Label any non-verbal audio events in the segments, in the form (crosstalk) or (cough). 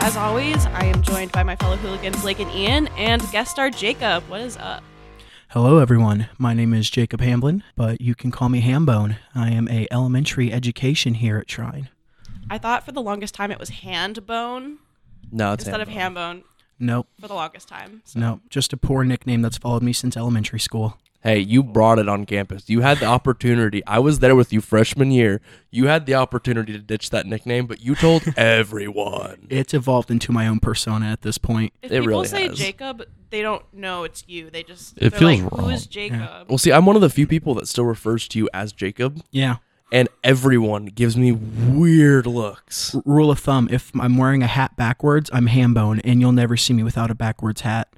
As always, I am joined by my fellow hooligans Blake and Ian and guest star Jacob. What is up? Hello, everyone. My name is Jacob Hamblin, but you can call me Hambone. I am a elementary education here at Trine. I thought for the longest time it was hand bone No, it's instead of Hannibal. ham bone Nope, for the longest time. So nope. Just a poor nickname that's followed me since elementary school. Hey, you brought it on campus. You had the opportunity. I was there with you freshman year. You had the opportunity to ditch that nickname, but you told everyone. It's evolved into my own persona at this point. if It people really say has. Jacob, they don't know it's you. They just It they're feels like, who wrong. is Jacob? Well, see, I'm one of the few people that still refers to you as Jacob, Yeah. and everyone gives me weird looks. R- rule of thumb if I'm wearing a hat backwards, I'm Hambone, and you'll never see me without a backwards hat.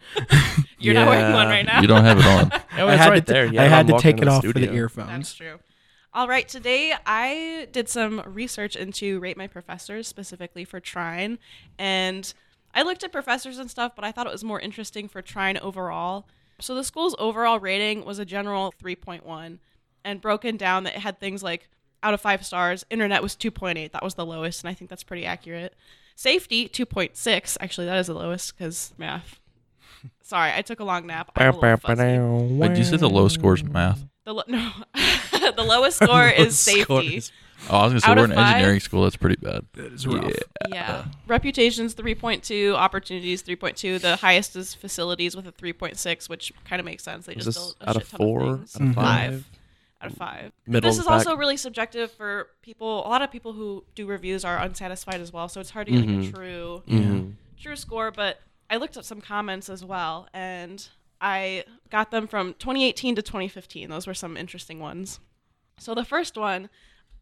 You're not wearing one Yeah. right now. You don't have it on. (laughs) Oh, I had to, t- I had to take it off for the That's earphones. true. All right, today I did some research into rate my professors specifically for Trine, and I looked at professors and stuff, but I thought it was more interesting for Trine overall. So the school's overall rating was a general 3.1, and broken down that it had things like out of five stars, internet was 2.8, that was the lowest, and I think that's pretty accurate. Safety 2.6, actually that is the lowest because math. Sorry, I took a long nap. I'm a little fuzzy. Wait, did you say the low scores in math? The lo- (laughs) no, the (laughs) lowest score is safety. score is- Oh, I was gonna say Out we're of in five? engineering school. That's pretty bad. That is rough. Uh. yeah, reputations three point two, opportunities three point two. The highest is facilities with a three point six, which kind of makes sense. They Was just this built a out of shit ton four? Out things. of five? out of five. Middle this of is the pack. also really subjective for people. A lot of people who do reviews are unsatisfied as well, so it's hard to get like, a Mhm. true Mhm. true score. But I looked up some comments as well, and I got them from 2018 to 2015. Those were some interesting ones. So the first one,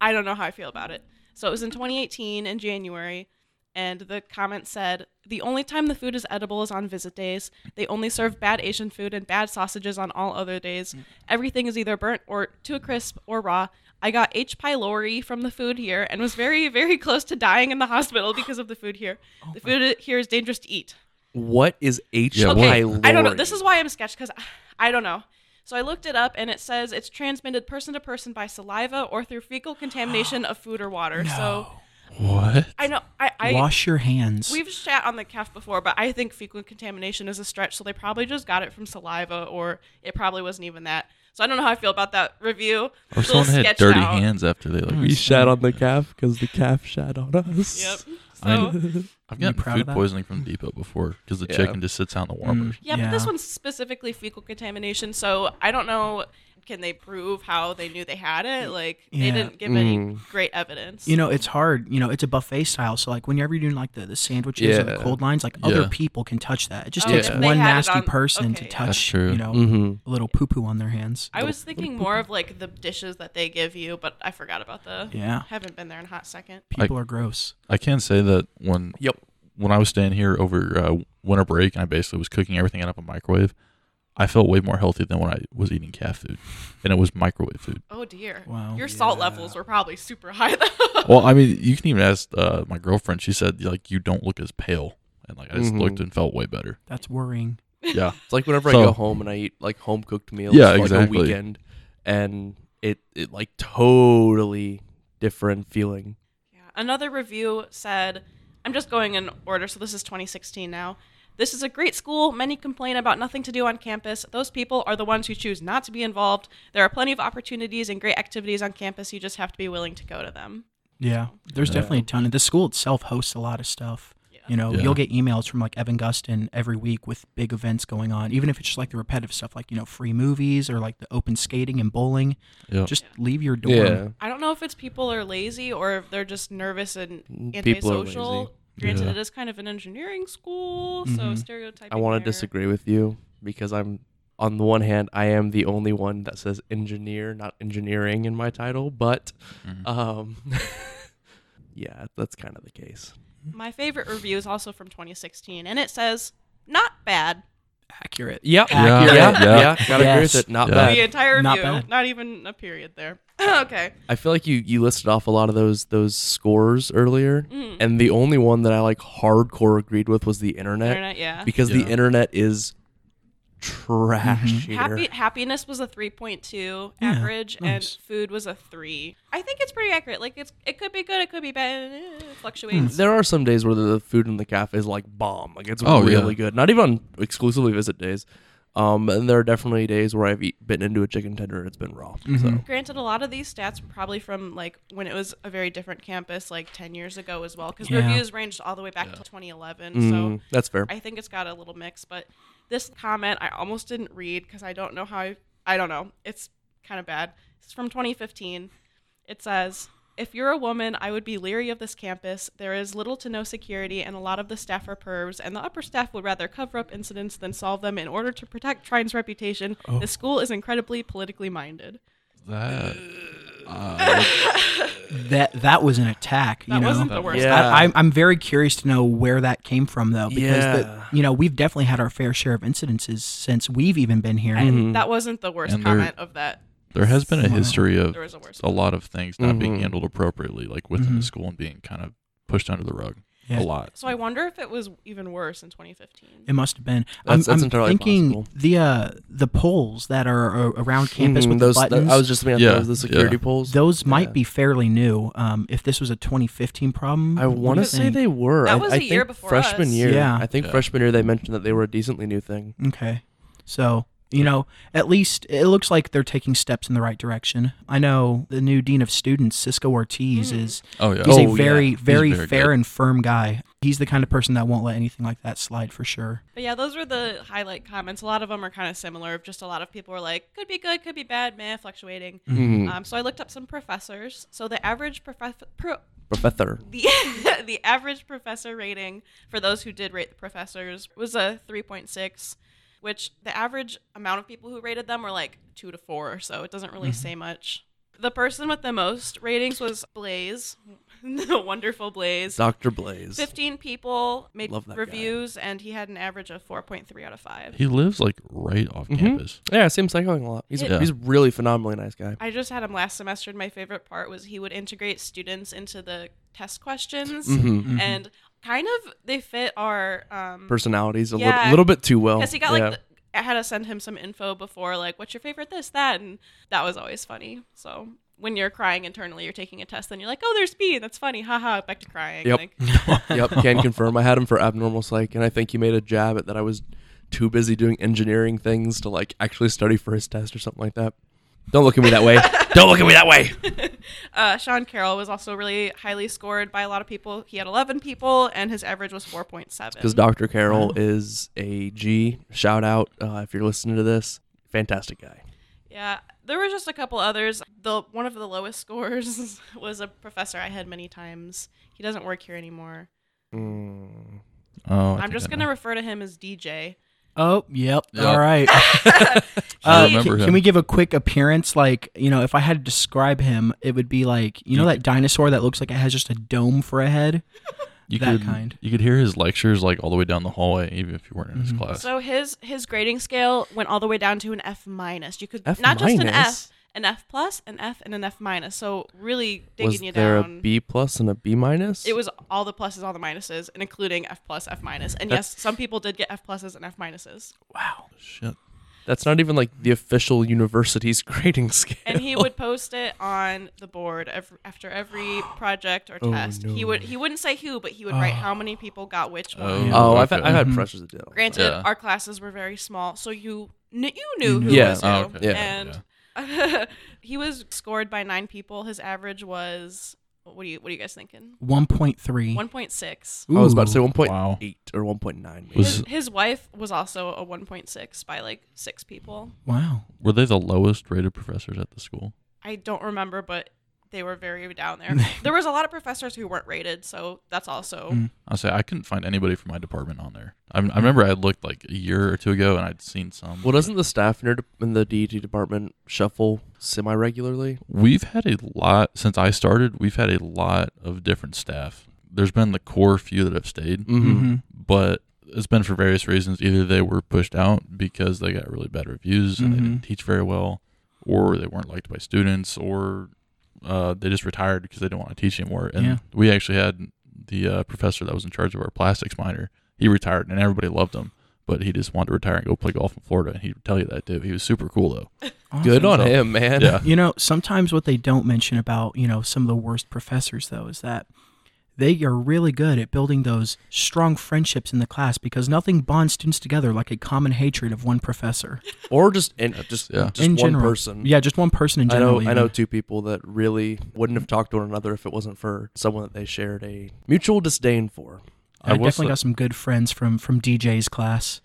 I don't know how I feel about it. So it was in 2018 in January, and the comment said, The only time the food is edible is on visit days. They only serve bad Asian food and bad sausages on all other days. Everything is either burnt or to a crisp or raw. I got H. pylori from the food here and was very, (laughs) very close to dying in the hospital because of the food here. the food here is dangerous to eat. What is H. Yeah, what- Okay, pylori? I don't know. This is why I'm sketched because (sighs) I don't know. So I looked it up, and it says it's transmitted person to person by saliva or through fecal contamination of food or water. So What? I know I, I Wash your hands. we've shat on the calf before, but I think fecal contamination is a stretch. So they probably just got it from saliva, or it probably wasn't even that. So I don't know how I feel about that review. Or Little someone had sketched dirty out. hands after they like. We shat on the calf because the calf shat on us. Yep. So. I mean, I've gotten proud of food that? poisoning from Depot before because the Yeah. chicken just sits out in the warmers. Yeah, but this Yeah. one's specifically fecal contamination, so I don't know. Can they prove how they knew they had it? Like Yeah. they didn't give any Mm. great evidence. You know, it's hard. You know, it's a buffet style. So, like, whenever you're doing like the, the sandwiches or the Yeah. cold lines, like Yeah. other people can touch that. It just Oh, takes if one they had it nasty on- person okay, to yeah. touch, That's true. Mm. you know, Mm-hmm. a little poo poo on their hands. I was thinking more of like the dishes that they give you, but I forgot about the. Yeah. Haven't been there in a hot second. People are gross. I can say that when Yep. when I was staying here over uh, winter break and I basically was cooking everything out of a microwave, I felt way more healthy than when I was eating cat food, and it was microwave food. Oh dear. Wow. Your salt Yeah. levels were probably super high though. well, I mean, you can even ask uh, my girlfriend. She said like you don't look as pale, and like I just Mhm. looked and felt way better. That's worrying. Mm-hmm. Yeah, It's like whenever I So- go home and I eat like home cooked meals for Yeah, like exactly. a weekend and it it like totally different feeling. Yeah. Another review said, I'm just going in order, so this is 2016 now. This is a great school. Many complain about nothing to do on campus. Those people are the ones who choose not to be involved. There are plenty of opportunities and great activities on campus. You just have to be willing to go to them. Yeah. There's definitely a ton. And the school itself hosts a lot of stuff. You know, Yeah. you'll get emails from like Evan Guston every week with big events going on, even if it's just like the repetitive stuff, like, you know, free movies or like the open skating and bowling. yeah. Just leave your dorm. I don't know if it's people are lazy or if they're just nervous and Mm, people are lazy. Mm-hmm. antisocial. Granted, Yeah. it is kind of an engineering school, so Mhm. stereotyping. I want to there. disagree with you because I'm on the one hand I am the only one that says engineer, not engineering in my title, but Mhm. um (laughs) yeah, that's kind of the case. My favorite review is also from 2016, and it says, "Not bad." Accurate. Yep. Yeah, Yeah, yeah, yeah. gotta agree Yes. with it. Not Yeah. bad. the entire review, Not not, bad. even a period there. okay. I feel like you you listed off a lot of those those scores earlier, Mm. and the only one that I like hardcore agreed with was the internet, Internet, yeah. Mm-hmm. because Yeah. the internet is trash here. Happy happiness was a 3.2 Yeah, average and nice. food was a 3. I think it's pretty accurate. Like it's it could be good, it could be bad. It Hmm. fluctuates. There are some days where the food in the cafe is like bomb. Like it's Oh, really yeah. good. Not even on exclusively visit days. Um, and there are definitely days where I've eat, bitten into a chicken tender and it's been raw. So Granted, a lot of these stats were probably from like when it was a very different campus, like 10 years ago as well, because Yeah. Mm-hmm. reviews ranged all the way back to 2011. So Mm, that's fair. I think it's got a little mix. But this comment I almost didn't read because I don't know how I, I don't know. It's kind of bad. It's from 2015. It says, if you're a woman, I would be leery of this campus. There is little to no security, and a lot of the staff are pervs, and the upper staff would rather cover up incidents than solve them in order to protect Trine's reputation. Oh. The school is incredibly politically minded. That uh, That that was an attack. That you know? wasn't the worst. Yeah. I, I'm, I'm very curious to know where that came from, though, because Yeah. the, you know we've definitely had our fair share of incidences since we've even been here. Mm-hmm. That wasn't the worst And there- comment of that. there has been a history of There was a worse. a lot of things not Mm-hmm. being handled appropriately, like within the school and being kind of pushed under the rug Yeah. a lot. So I wonder if it was even worse in 2015. It must have been. I'm, That's- that's I'm entirely thinking possible. the uh, the polls that are uh, around campus Mhm, with those, the buttons. I was just thinking Yeah, those, the security yeah. polls. those might Yeah. be fairly new. Um, if this was a 2015 problem, I what do want you to say think? they were. That I- was I a year think before freshman us. year. Yeah. Mm. I think Yeah. freshman year they mentioned that they were a decently new thing. Okay. So, you know, at least it looks like they're taking steps in the right direction. I know the new dean of students, Cisco Ortiz, Mm. is Oh yeah. he's oh, a very, yeah. He's very, fair good. and firm guy. He's the kind of person that won't let anything like that slide for sure. But yeah, those were the highlight comments. A lot of them are kind of similar. Of just a lot of people were like, could be good, could be bad, meh, fluctuating. Um, so I looked up some professors. So the average professor. Pro- Professor. the, (laughs) the average professor rating for those who did rate the professors was a 3.6, which the average amount of people who rated them were like 2 to 4 or so. It doesn't really say much. The person with the most ratings was Blaze, (laughs) the wonderful Blaze. Dr. Blaze. 15 people made Love that guy. reviews, and he had an average of 4.3 out of 5. He lives like right off Mm-hmm. campus. Yeah, I see him cycling a lot. He's, Yeah. he's a really phenomenally nice guy. I just had him last semester, and my favorite part was he would integrate students into the test questions, Mm-hmm, and kind of they fit our um, Personalities a lit- Yeah. little bit too well. because he got Yeah. like the, I had to send him some info before, like what's your favorite this that, and that was always funny. So when you're crying internally, you're taking a test, then you're like, oh, there's B, that's funny, haha, back to crying. Yep. Like, yep, (laughs) can confirm. I had him for abnormal psych, and I think he made a jab at that I was too busy doing engineering things to like actually study for his test or something like that. Don't look at me (laughs) that way. Don't look at me that way. uh, Sean Carroll was also really highly scored by a lot of people. He had 11 people, and his average was 4.7. Because Dr. Carroll is a G. Shout out uh, if you're listening to this. Fantastic guy. Yeah, there were just a couple others. The one of the lowest (laughs) scores was a professor I had many times. He doesn't work here anymore. Oh, I I'm think just I gonna know. refer to him as DJ. Oh, yep. Yep. All right. (laughs) I can, remember him. Uh, can we give a quick appearance? Like, you know, if I had to describe him, it would be like, you know, that dinosaur that looks like it has just a dome for a head? you that could, kind. You could hear his lectures like all the way down the hallway, even if you weren't in his Mm-hmm. class. So his his grading scale went all the way down to an F minus. You could F not just an minus? F, an F plus, an F, and an F minus. So really digging Was you there down. a B plus and a B minus? It was all the pluses, all the minuses, and including F plus, F minus. And yes, some people did get F pluses and F minuses. Wow. Shit. That's not even like the official university's (laughs) grading scale. and he (laughs) would post it on the board ev- after (gasps) every project Oh, or test. He would he wouldn't say who, but he would write how many people got which one. Ah. Oh, oh, I've, okay. I've had pressures to do. that. Granted, Yeah. our classes were very small, so you kn- you knew who Yeah. was who. Oh, okay. Yeah. And (laughs) he was scored by nine people. His average was what do you what are you guys thinking? 1.3. One point six. I was about to Ooh. say 1.8 Wow. or 1.9. Maybe. Was His wife was also a one point six by like six people. Wow. were they the lowest rated professors at the school? I don't remember, but they were very down (laughs) there. there was a lot of professors who weren't rated, so that's also I'll say I couldn't find anybody from my department on there. I, Mm-hmm. I remember I looked like a year or two ago and I'd seen some. Well, doesn't the staff in, your de- in the DET department shuffle semi regularly? We've had a lot since I started. We've had a lot of different staff. There's been the core few that have stayed, Mm-hmm. but it's been for various reasons. Either they were pushed out because they got really bad reviews and they Mm-hmm. didn't teach very well, or they weren't liked by students, or uh, they just retired because they didn't want to teach anymore. And Yeah. we actually had the uh, professor that was in charge of our plastics minor. He retired, and everybody loved him. but he just wanted to retire and go play golf in Florida. And he'd tell you that too. He was super cool though. Good on So- him, man. Yeah. You know, sometimes what they don't mention about, you know, some of the worst professors, though, is that they are really good at building those strong friendships in the class because nothing bonds students together like a common hatred of one professor. (laughs) Or just and just yeah. just in one general. person. Yeah, just one person in I general. know I even. know two people that really wouldn't have talked to one another if it wasn't for someone that they shared a mutual disdain for. I, I will definitely say- got some good friends from from DJ's class.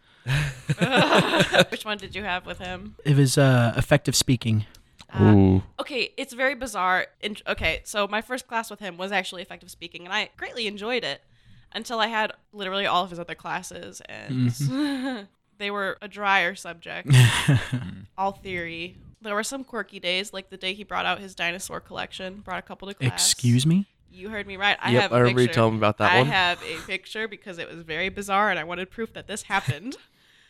(laughs) Which one did you have with him? It was uh, effective speaking. Uh, Ooh. okay, it's very bizarre. In- okay, so my first class with him was actually effective speaking, and I greatly enjoyed it until I had literally all of his other classes, and Mm-hmm. (laughs) they were a drier (laughs) subject, all theory. There were some quirky days, like the day he brought out his dinosaur collection, brought a couple to class. Excuse me? You heard me right. I Yep, have I a remember you picture. telling me about that I one. (laughs) have a picture because it was very bizarre, and I wanted proof that this (laughs) happened.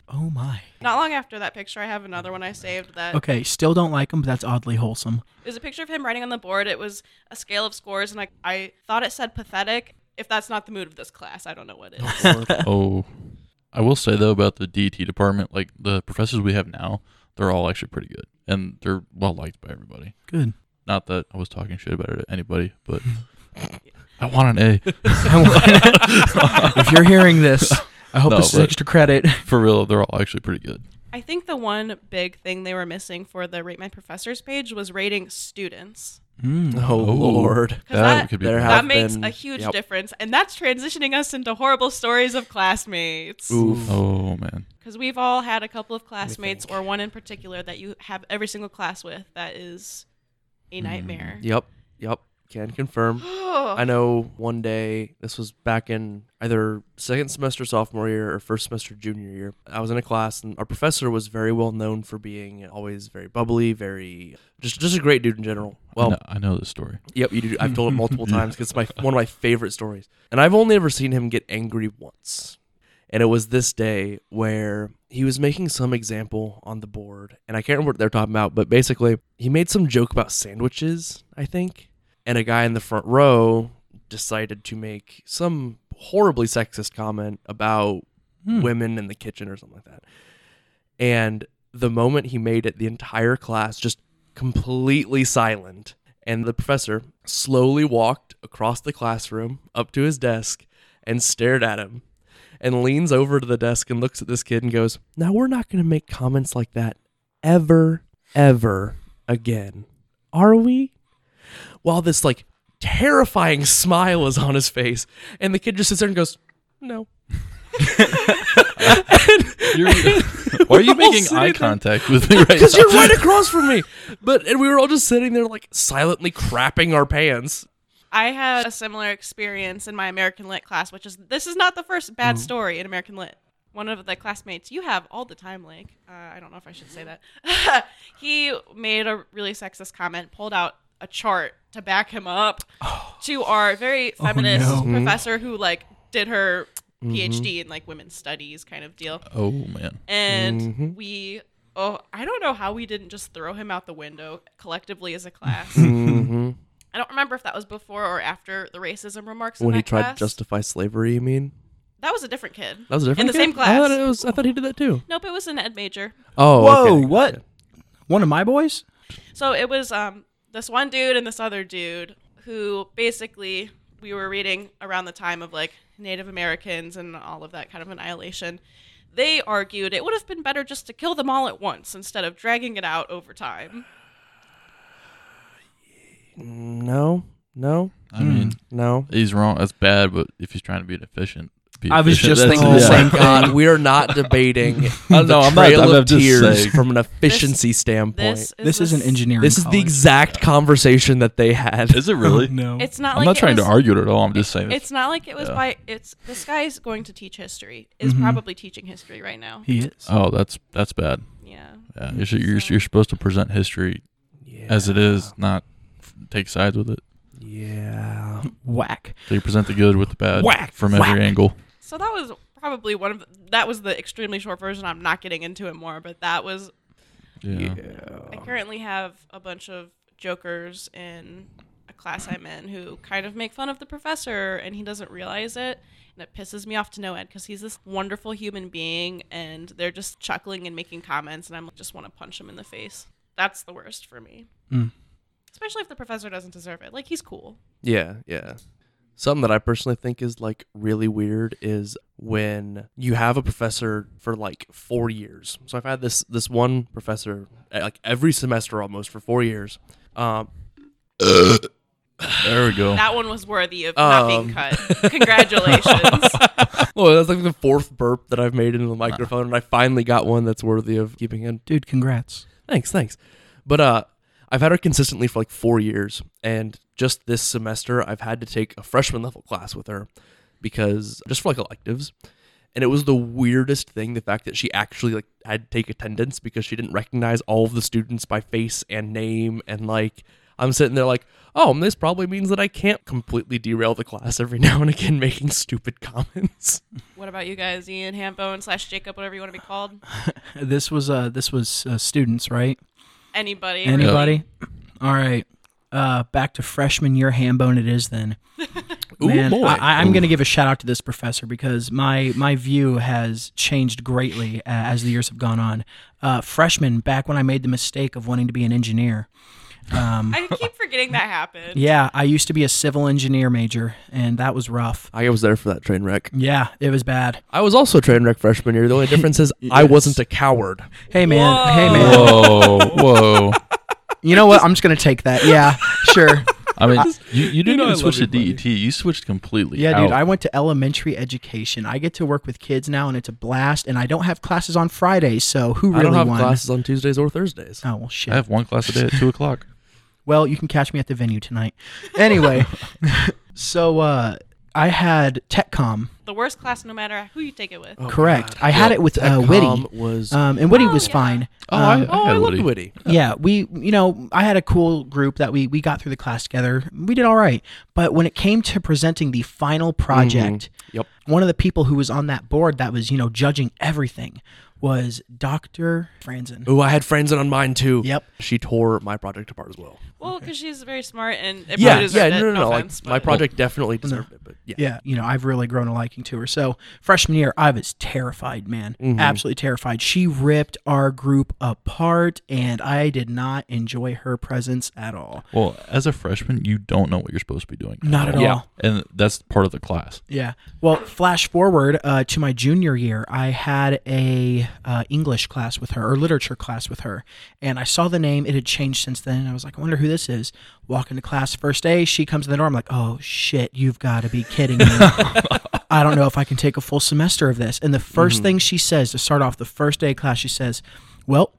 Oh my. Not long after that picture, I have another one I saved that Okay, still don't like him, but that's oddly wholesome. It was a picture of him writing on the board. It was a scale of scores, and I, I thought it said pathetic. If that's not the mood of this class, I don't know what is. oh. I will say though about the DT department, like the professors we have now, they're all actually pretty good and they're well liked by everybody. (laughs) Good. Not that I was talking shit about it to anybody, (laughs) but I want an A (laughs) if you're hearing this, I hope No, this is but- extra (laughs) credit. for real. They're all actually pretty good. I think the one big thing they were missing for the Rate My Professors page was rating students. Mm. (laughs) Oh, Oh. Lord. Because that- could be. There bad. have- That makes been- a huge yep. difference, and that's transitioning us into horrible stories of classmates. Oof. oh man, Because we've all had a couple of classmates, or one in particular, that you have every single class with that is a nightmare. (gasps) Yep. Yep. Can confirm. Oh. I know one day, this was back in either second semester sophomore year or first semester junior year. I was in a class and our professor was very well known for being always very bubbly, very just just a great dude in general. Well, No, I know this story. yep, you do. I've told it multiple times because it's my one of my favorite stories. And I've only ever seen him get angry once. And it was this day where he was making some example on the board. And I can't remember what they're talking about, but basically, he made some joke about sandwiches, I think. And a guy in the front row decided to make some horribly sexist comment about women in the kitchen or something like that. And the moment he made it, the entire class just completely silent. And the professor slowly walked across the classroom up to his desk and stared at him and leans over to the desk and looks at this kid and goes, Now we're not going to make comments like that ever, ever again, are we? While this like terrifying smile is on his face. And the kid just sits there and goes, No. (laughs) You're, (laughs) why are We're you all making sitting eye there- contact with me right now? Because you're right across from me. But and we were all just sitting there like silently crapping our pants. I had a similar experience in my American Lit class, which is this is not the first bad story in American Lit. One of the classmates you have all the time, Link. Uh, I don't know if I should say that. (laughs) he made a really sexist comment, pulled out a chart to back him up to our very feminist no. professor who like did her PhD in like women's studies kind of deal Oh man. and Mm-hmm. we oh i don't know how we didn't just throw him out the window collectively as a class Mm-hmm. (laughs) i don't remember if that was before or after the racism remarks in When that he tried class. to justify slavery, you mean? that was a different kid That was a different in the kid? same I class thought, it was, I thought he did that too. nope it was an ed major Oh, Whoa, okay. what? One of my boys? so it was um this one dude and this other dude who basically we were reading around the time of like native americans and all of that kind of annihilation they argued it would have been better just to kill them all at once instead of dragging it out over time Mm, No, no, I mean, Hmm. no. he's wrong. That's bad. But if he's trying to be efficient, be I was efficient. just That's- thinking the yeah. same Oh, (laughs) God, we are not (laughs) debating I the know, I'm not- trail I'm of just tears saying. from an efficiency standpoint. this This, is This the is an s- engineering. is the college. exact conversation that they had. (laughs) Is it (laughs) really? no. It's not. I'm like not it trying was- to argue it at all. I'm just saying. It's not like it was Yeah. Mm-hmm. by. It's this guy's going to teach history. Is probably teaching history right now. he is. oh, that's that's bad. Yeah. Yeah, you're, su- you're, you're supposed to present history as it is, not f- take sides with it. Yeah. Whack. So you present the good with the bad Whack, from whack. every angle. So that was probably one of the, that was the extremely short version. I'm not getting into it more, but that was. Yeah. I currently have a bunch of jokers in a class I'm in who kind of make fun of the professor, and he doesn't realize it. And it pisses me off to no end because he's this wonderful human being and they're just chuckling and making comments. And I am just want to punch him in the face. That's the worst for me. Mm. Especially if the professor doesn't deserve it. Like, he's cool. Yeah, yeah. Something that I personally think is like really weird is when you have a professor for like four years. So I've had this this one professor uh, like every semester almost for four years. Um, (laughs) There we go. That one was worthy of not being Um. cut. Congratulations. well, that's like the fourth burp that I've made into the microphone, and I finally got one that's worthy of keeping in. Dude, congrats. Thanks, thanks. But uh, I've had her consistently for like four years, and just this semester, I've had to take a freshman level class with her because just for like electives. And it was the weirdest thing the fact that she actually like had to take attendance because she didn't recognize all of the students by face and name and like I'm sitting there like, oh, and this probably means that I can't completely derail the class every (laughs) now and again making stupid comments. what about you guys, Ian Hambone slash Jacob, whatever you want to be called? This was uh this was uh, students, right? Anybody? really? Anybody? All right. Uh, back to freshman year hambone it is then. Ooh, Man, Oh, boy. I, I'm going to give a shout out to this professor because my my view has changed greatly uh, as the years have gone on. Uh, freshman, back when I made the mistake of wanting to be an engineer, I keep forgetting that happened. yeah, I used to be a civil engineer major, and that was rough. I was there for that train wreck. Yeah, it was bad. I was also a train wreck freshman year. The only (laughs) difference is I wasn't a coward. Hey man, hey man. Whoa, whoa. You know what? I'm just going to take that. (laughs) Yeah, sure. I mean, you, you didn't know I even switch to love you, buddy. DET. You switched completely. Yeah, dude, out. I went to elementary education. I get to work with kids now, and it's a blast. And I don't have classes on Fridays, so who really I don't have won? classes on Tuesdays or Thursdays. Oh well, shit. I have one class a day at two o'clock. Well, you can catch me at the venue tonight. (laughs) Anyway, so uh, I had TechCom. The worst class, no matter who you take it Oh. Oh, with. correct. I had it with uh, Witty, Techcom was um, and Witty Oh, was yeah. fine. Oh, Um, I, oh, I I had loved Woody. Witty. yeah we you know i had a cool group that we we got through the class together we did all right but when it came to presenting the final project Mm-hmm. Yep. one of the people who was on that board that was you know judging everything was dr franzen Ooh, I had friends on mine too. Yep. She tore my project apart as well. Well, because she's very smart and it probably Yeah, yeah, deserved it, no, no, no. like, offense, my but- project definitely deserved it, but yeah. yeah you know i've really grown a liking to her so freshman year i was terrified man Mm-hmm. absolutely terrified she ripped our group apart and i did not enjoy her presence at all Well, as a freshman, you don't know what you're supposed to be doing. not at Yeah. all And that's part of the class. Yeah. Well, flash forward uh, to my junior year, I had a uh, English class with her or literature class with her, and I saw the name. It had changed since then. And I was like, I wonder who this is. Walk into class first day, she comes in the door. I'm like, oh shit, you've got to be kidding me. I don't know if I can take a full semester of this. And the 1st Mm-hmm. thing she says to start off the first day of class, she says, well.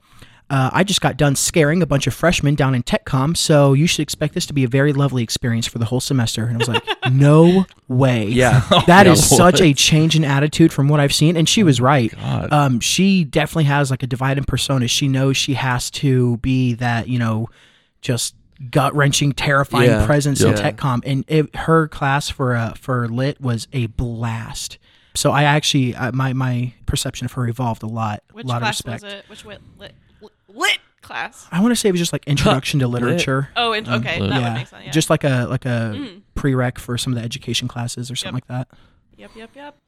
Uh, I just got done scaring a bunch of freshmen down in TechCom, so you should expect this to be a very lovely experience for the whole semester. And I was (laughs) like, no way. Yeah. (laughs) (laughs) That Yeah, is what? such a change in attitude from what I've seen, and Oh she was right. God. Um, she definitely has like a divide in persona. She knows she has to be that, you know, just gut wrenching, terrifying Yeah, presence in yeah. TechCom, and it, her class for uh, for lit was a blast. So I actually uh, my my perception of her evolved a lot, Which a lot class of respect. was it? Which wit, lit, lit, lit class? I want to say it was just (laughs) like introduction to literature. Oh, and, Mm, okay, uh, that yeah, would make sense. Yeah. Mm. just like a like a prereq for some of the education classes or something like that. yep, yep, yep. Mm.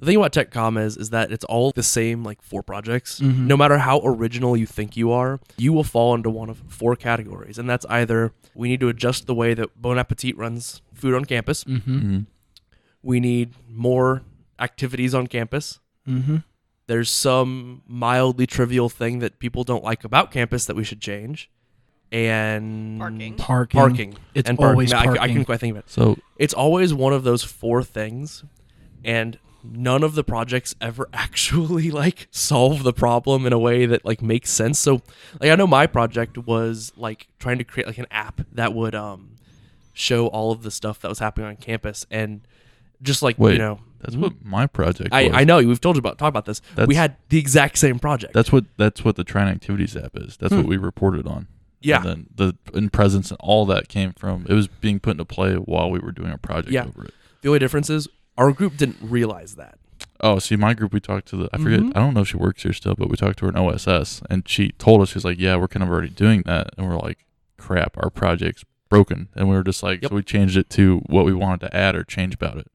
The thing about TechCom is, is that it's all the same, like four projects. Mm-hmm. No matter how original you think you are, you will fall into one of four categories, and that's either we need to adjust the way that Bon Appetit runs food on campus. Mm. Mm-hmm. We need more activities on campus. Mm-hmm. there's some mildly trivial thing that people don't like about campus that we should change and Parking. Parking. parking It's and parking. always I- I, parking. couldn't quite think of it So it's always one of those four things and none of the projects ever (laughs) actually like solve the problem in a way that like makes sense so like i know my project was like trying to create like an app that would um show all of the stuff that was happening on campus and just like wait, you know that's what my project. Mm-hmm. I, was. I know we've told you about talk about this. we That's- had the exact same project. That's what that's what the Trine Activities app is. That's what we reported on. Yeah. And then the in presence and all that came from it was being put into play while we were doing our project Yeah. over it. The only difference is our group didn't realize that. Oh, see, my group, we talked to the, I forget, Mm-hmm. I don't know if she works here still, but we talked to her in OSS and she told us, she's like, yeah, we're kind of already doing that. And we're like, crap, our project's broken. And we were just like, Yep. so we changed it to what we wanted to add or change about it.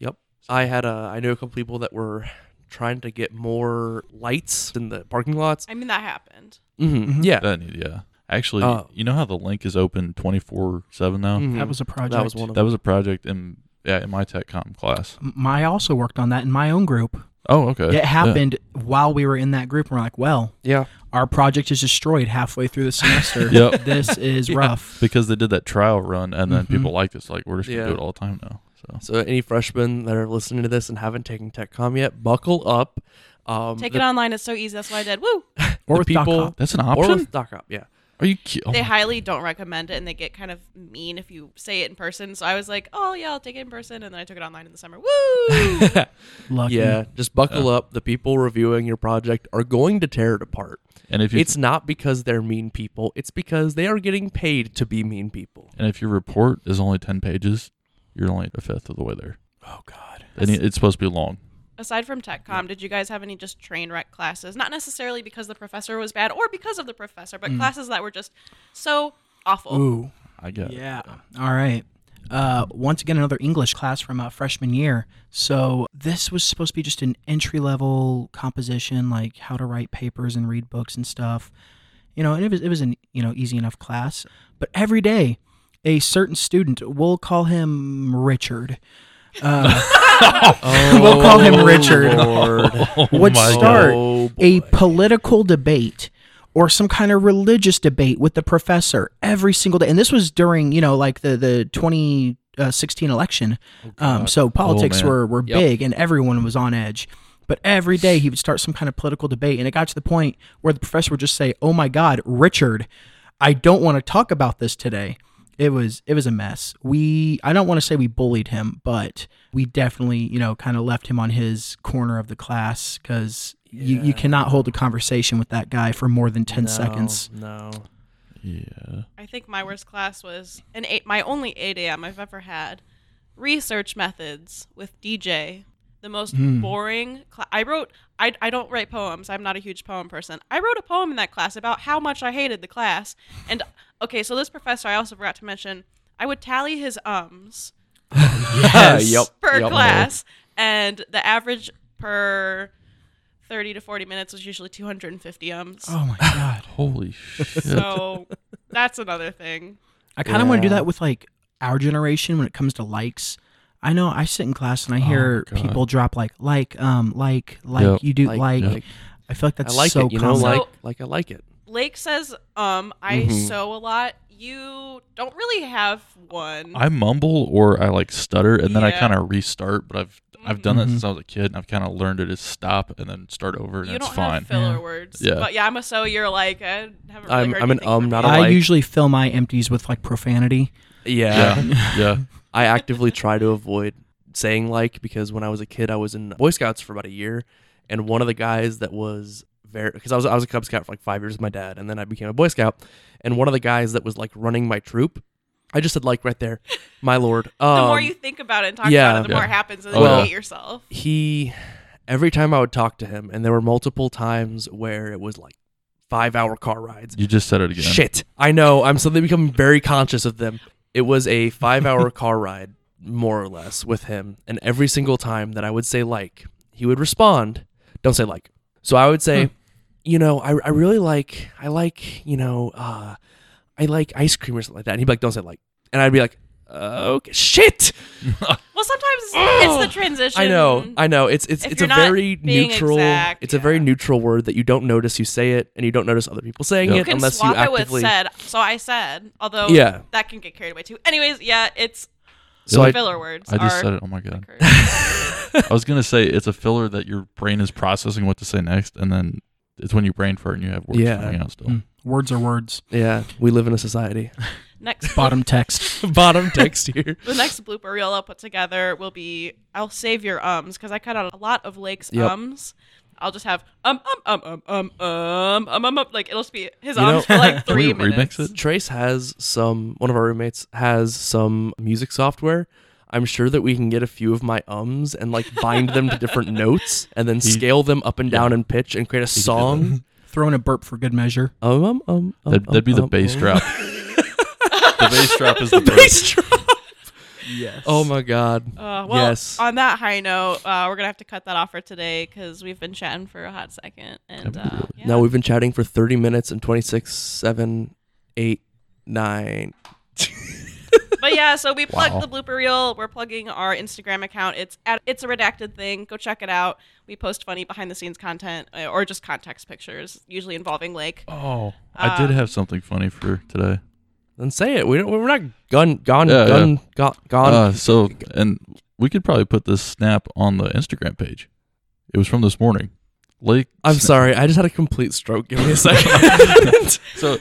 Yep. I had a I knew a couple people that were trying to get more lights in the parking lots. I mean, that happened. Mm-hmm. Mhm. Yeah, That need, yeah. Actually, Uh, you know how the link is open twenty four seven now. Mhm. That was a project. that was one of That was a project in yeah in my tech comp class. M- I also worked on that in my own group. Oh, Uh, okay. It happened while we were in that group. And we're like, well, yeah. our project is destroyed halfway (laughs) through the semester. Yep. This is rough. because they did that trial run and then Mhm. people liked it. So like we're just gonna Mm-hmm. Yeah. do it all the time now. So So any freshmen that are listening to this and haven't taken TechCom yet, buckle up. Um, Take the- it online. It's so easy. That's what I did. Woo! Or the with dot people- com. that's an or option. with DocUp, yeah. Are you oh Oh kidding? They highly don't recommend it, and they get kind of mean if you say it in person. So I was like, "Oh yeah, I'll take it in person," and then I took it online in the summer. Woo! Lucky. Yeah, just buckle up. The people reviewing your project are going to tear it apart. and if you It's not because they're mean people, it's because they are getting paid to be mean (laughs) people. and if your report is only ten pages, you're only a fifth of the way there. Oh god. And it- it's supposed to be long. Aside from TechCom, did you guys have any just train wreck classes? Not necessarily because the professor was bad or because of the professor, but classes that were just so awful. Ooh. I get it. Yeah. All right. Uh, once again, another English class from uh, freshman year. So this was supposed to be just an entry level composition, like how to write papers and read books and stuff. You know, and it was it was an you know easy enough class. But every day, a certain student, we'll call him Richard. Uh, we'll call him Richard. (laughs) would my start Oh, a political debate or some kind of religious debate with the professor every single day. And this was during, you know, like the the 2016 election. um, so politics Oh, man. were, were big and everyone was on edge. But every day he would start some kind of political debate. And it got to the point where the professor would just say, Oh my God, Richard, I don't want to talk about this today. It was it was a mess. We I don't want to say we bullied him, but we definitely you know kind of left him on his corner of the class because you, you cannot hold a conversation with that guy for more than ten seconds. No. Yeah. I think my worst class was an eight, my only 8 a.m. I've ever had. Research methods with DJ. The most Hmm. boring. Cl- I wrote. I, I don't write poems. I'm not a huge poem person. I wrote a poem in that class about how much I hated the class. And okay, so this professor, I also forgot to mention, I would tally his (laughs) ums (laughs) Yes. yep. per yep. class, and the average per thirty to forty minutes was usually 250 ums. Oh my god! Holy shit. (laughs) So that's another thing. I kind of want to do Yeah. that with like our generation when it comes to likes. I know I sit in class and Oh I hear God. people drop like like um like like Yep. you do Like, like, Yep. I feel like I that's like so it, you know, common. like So- like I like it. Lake says, um, I Mhm. sew a lot. You don't really have one. I mumble or I like stutter and then I Yeah. kind of restart, but I've I've done Mm-hmm. that Mhm. since I was a kid and I've kind of learned it is stop and then start over and you it's don't fine. have filler Yeah. words. Yeah. But yeah, I'm a sew. You're like, I haven't really I'm- heard I'm an anything um, from not a you. I like- usually fill my empties with like profanity. yeah. (laughs) yeah. I actively try to avoid saying like because when I was a kid, I was in Boy Scouts for about a year, and one of the guys that was very because I was I was a Cub Scout for like five years with my dad, and then I became a Boy Scout, and one of the guys that was like running my troop, I just said like right there, my lord. Um, The more you think about it and talk yeah. Oh, about it, the more Yeah. it happens, and then Well- you hate yourself. he every time I would talk to him, and there were multiple times where it was like five hour car rides, You just said it again. Shit. I know. I'm suddenly becoming very conscious of them. It was a five hour car ride, more or less, with him. And every single time that I would say like, he would respond, don't say like. So I would say, you know, I, I really like, I like, you know, uh, I like ice cream or something like that. And he'd be like, don't say like. And I'd be like, uh, okay, shit. Well, sometimes it's the transition. (gasps) I know, I know. It's it's If it's a you're not very being neutral. exact, it's a very yeah. neutral word that you don't notice you say it, and you don't notice other people saying Yep. you it can unless swap you actively. it with said. So I said, although Yeah. that can get carried away too. Anyways, yeah, it's So I- filler words. I just are said it. Oh my god. curse. (laughs) I was gonna say it's a filler that your brain is processing what to say next, and then it's when you brain fart and you have words Yeah. coming out still. Mm. Words are words. Yeah, we live in a society. Next, Bottom text. (laughs) bottom text here. the next blooper reel I'll put together will be I'll save your ums because I cut out a lot of Lake's Yep. ums. I'll just have um um um um um um um um um like it'll just be his You know- ums for like (laughs) Can three we minutes. remix it? Trace has some. One of our roommates has some music software. I'm sure that we can get a few of my ums and like bind them to different notes and then scale them up and down in pitch and create a song. Throw in a burp for good measure. Um, um, um, um, (laughs) That'd, that'd be um, the um, bass um. drop. the bass drop is the, The bass drop. Yes. Oh my god. Uh, well, yes. on that high note, uh, we're gonna have to cut that off for today because we've been chatting for a hot second, and uh, yeah. Now we've been chatting for 30 minutes and 26, 7, 8, 9. but yeah, so we plugged Wow. the blooper reel. We're plugging our Instagram account. It's at it's a redacted thing. Go check it out. We post funny behind the scenes content uh, or just context pictures, usually involving Lake. Oh, I did Uh, have something funny for today. Then say it. We don't, we're not gun, gone, Yeah, gun, go- gone. Uh, so, and we could probably put this snap on the Instagram page. It was from this morning. Lake. I'm sna- sorry. I just had a complete stroke. Give me a (laughs) second. (laughs) So,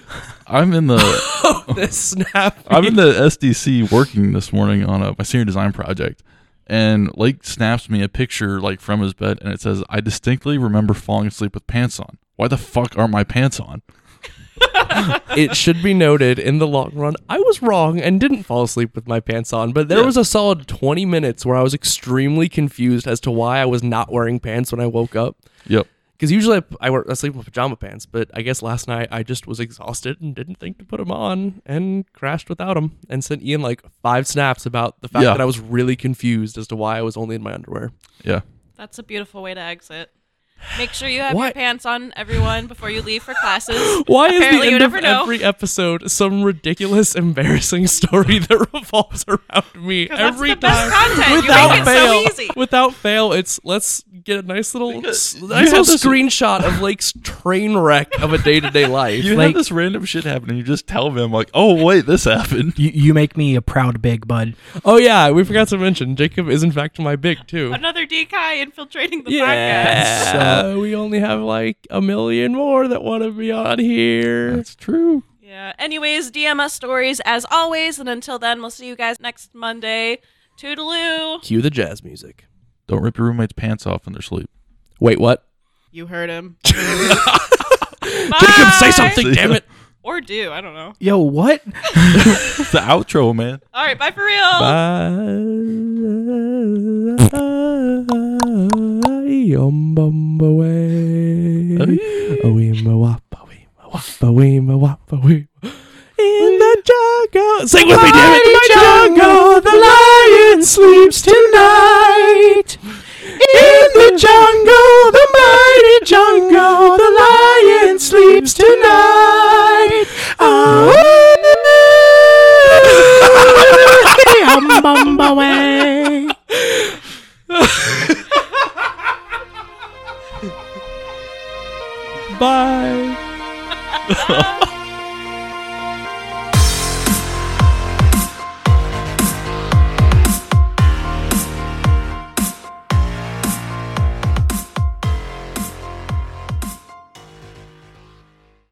I'm in the this snap. I'm in the SDC working this morning on a, my senior design project, and Lake snaps me a picture like from his bed, and it says, "I distinctly remember falling asleep with pants on. Why the fuck are my pants on?" it should be noted in the long run, I was wrong and didn't fall asleep with my pants on, but there Yeah. was a solid 20 minutes where I was extremely confused as to why I was not wearing pants when I woke up. Yep. Because usually I, p- I, wear, I sleep with pajama pants, but I guess last night I just was exhausted and didn't think to put them on and crashed without them and sent Ian like five snaps about the fact Yeah. that I was really confused as to why I was only in my underwear. Yeah. That's a beautiful way to exit. Make sure you have Why- your pants on, everyone, before you leave for classes. (laughs) Why Apparently, is you the end never of know. every episode some ridiculous, embarrassing story (laughs) that revolves around me 'Cause that's every the best time? content. You make it so fail, easy. without fail, it's let's get a nice little Because s- you nice had little this- screenshot of Lake's train wreck of a day to (laughs) day life. You Like- have this random shit happen, and you just tell them like, "Oh wait, this happened." (laughs) You, you make me a proud big bud. oh yeah, we forgot to mention Jacob is in fact my big too. Another DK infiltrating the podcast. Yeah, we only have like a million more that want to be on here. That's true. Yeah. Anyways, DM us stories as always, and until then, we'll see you guys next Monday. Toodaloo. Cue the jazz music. Don't rip your roommate's pants off in their sleep. Wait, what? You heard (laughs) him. Jacob, Bye. say something, damn it. Or do I don't know. Yo, what? It's the outro, man. All right. Bye for real. In the jungle, sing with me, damn In the it! jungle, the lion sleeps tonight. In the jungle, the mighty jungle, the lion sleeps tonight. Ah. (laughs) (laughs) Away. Bye.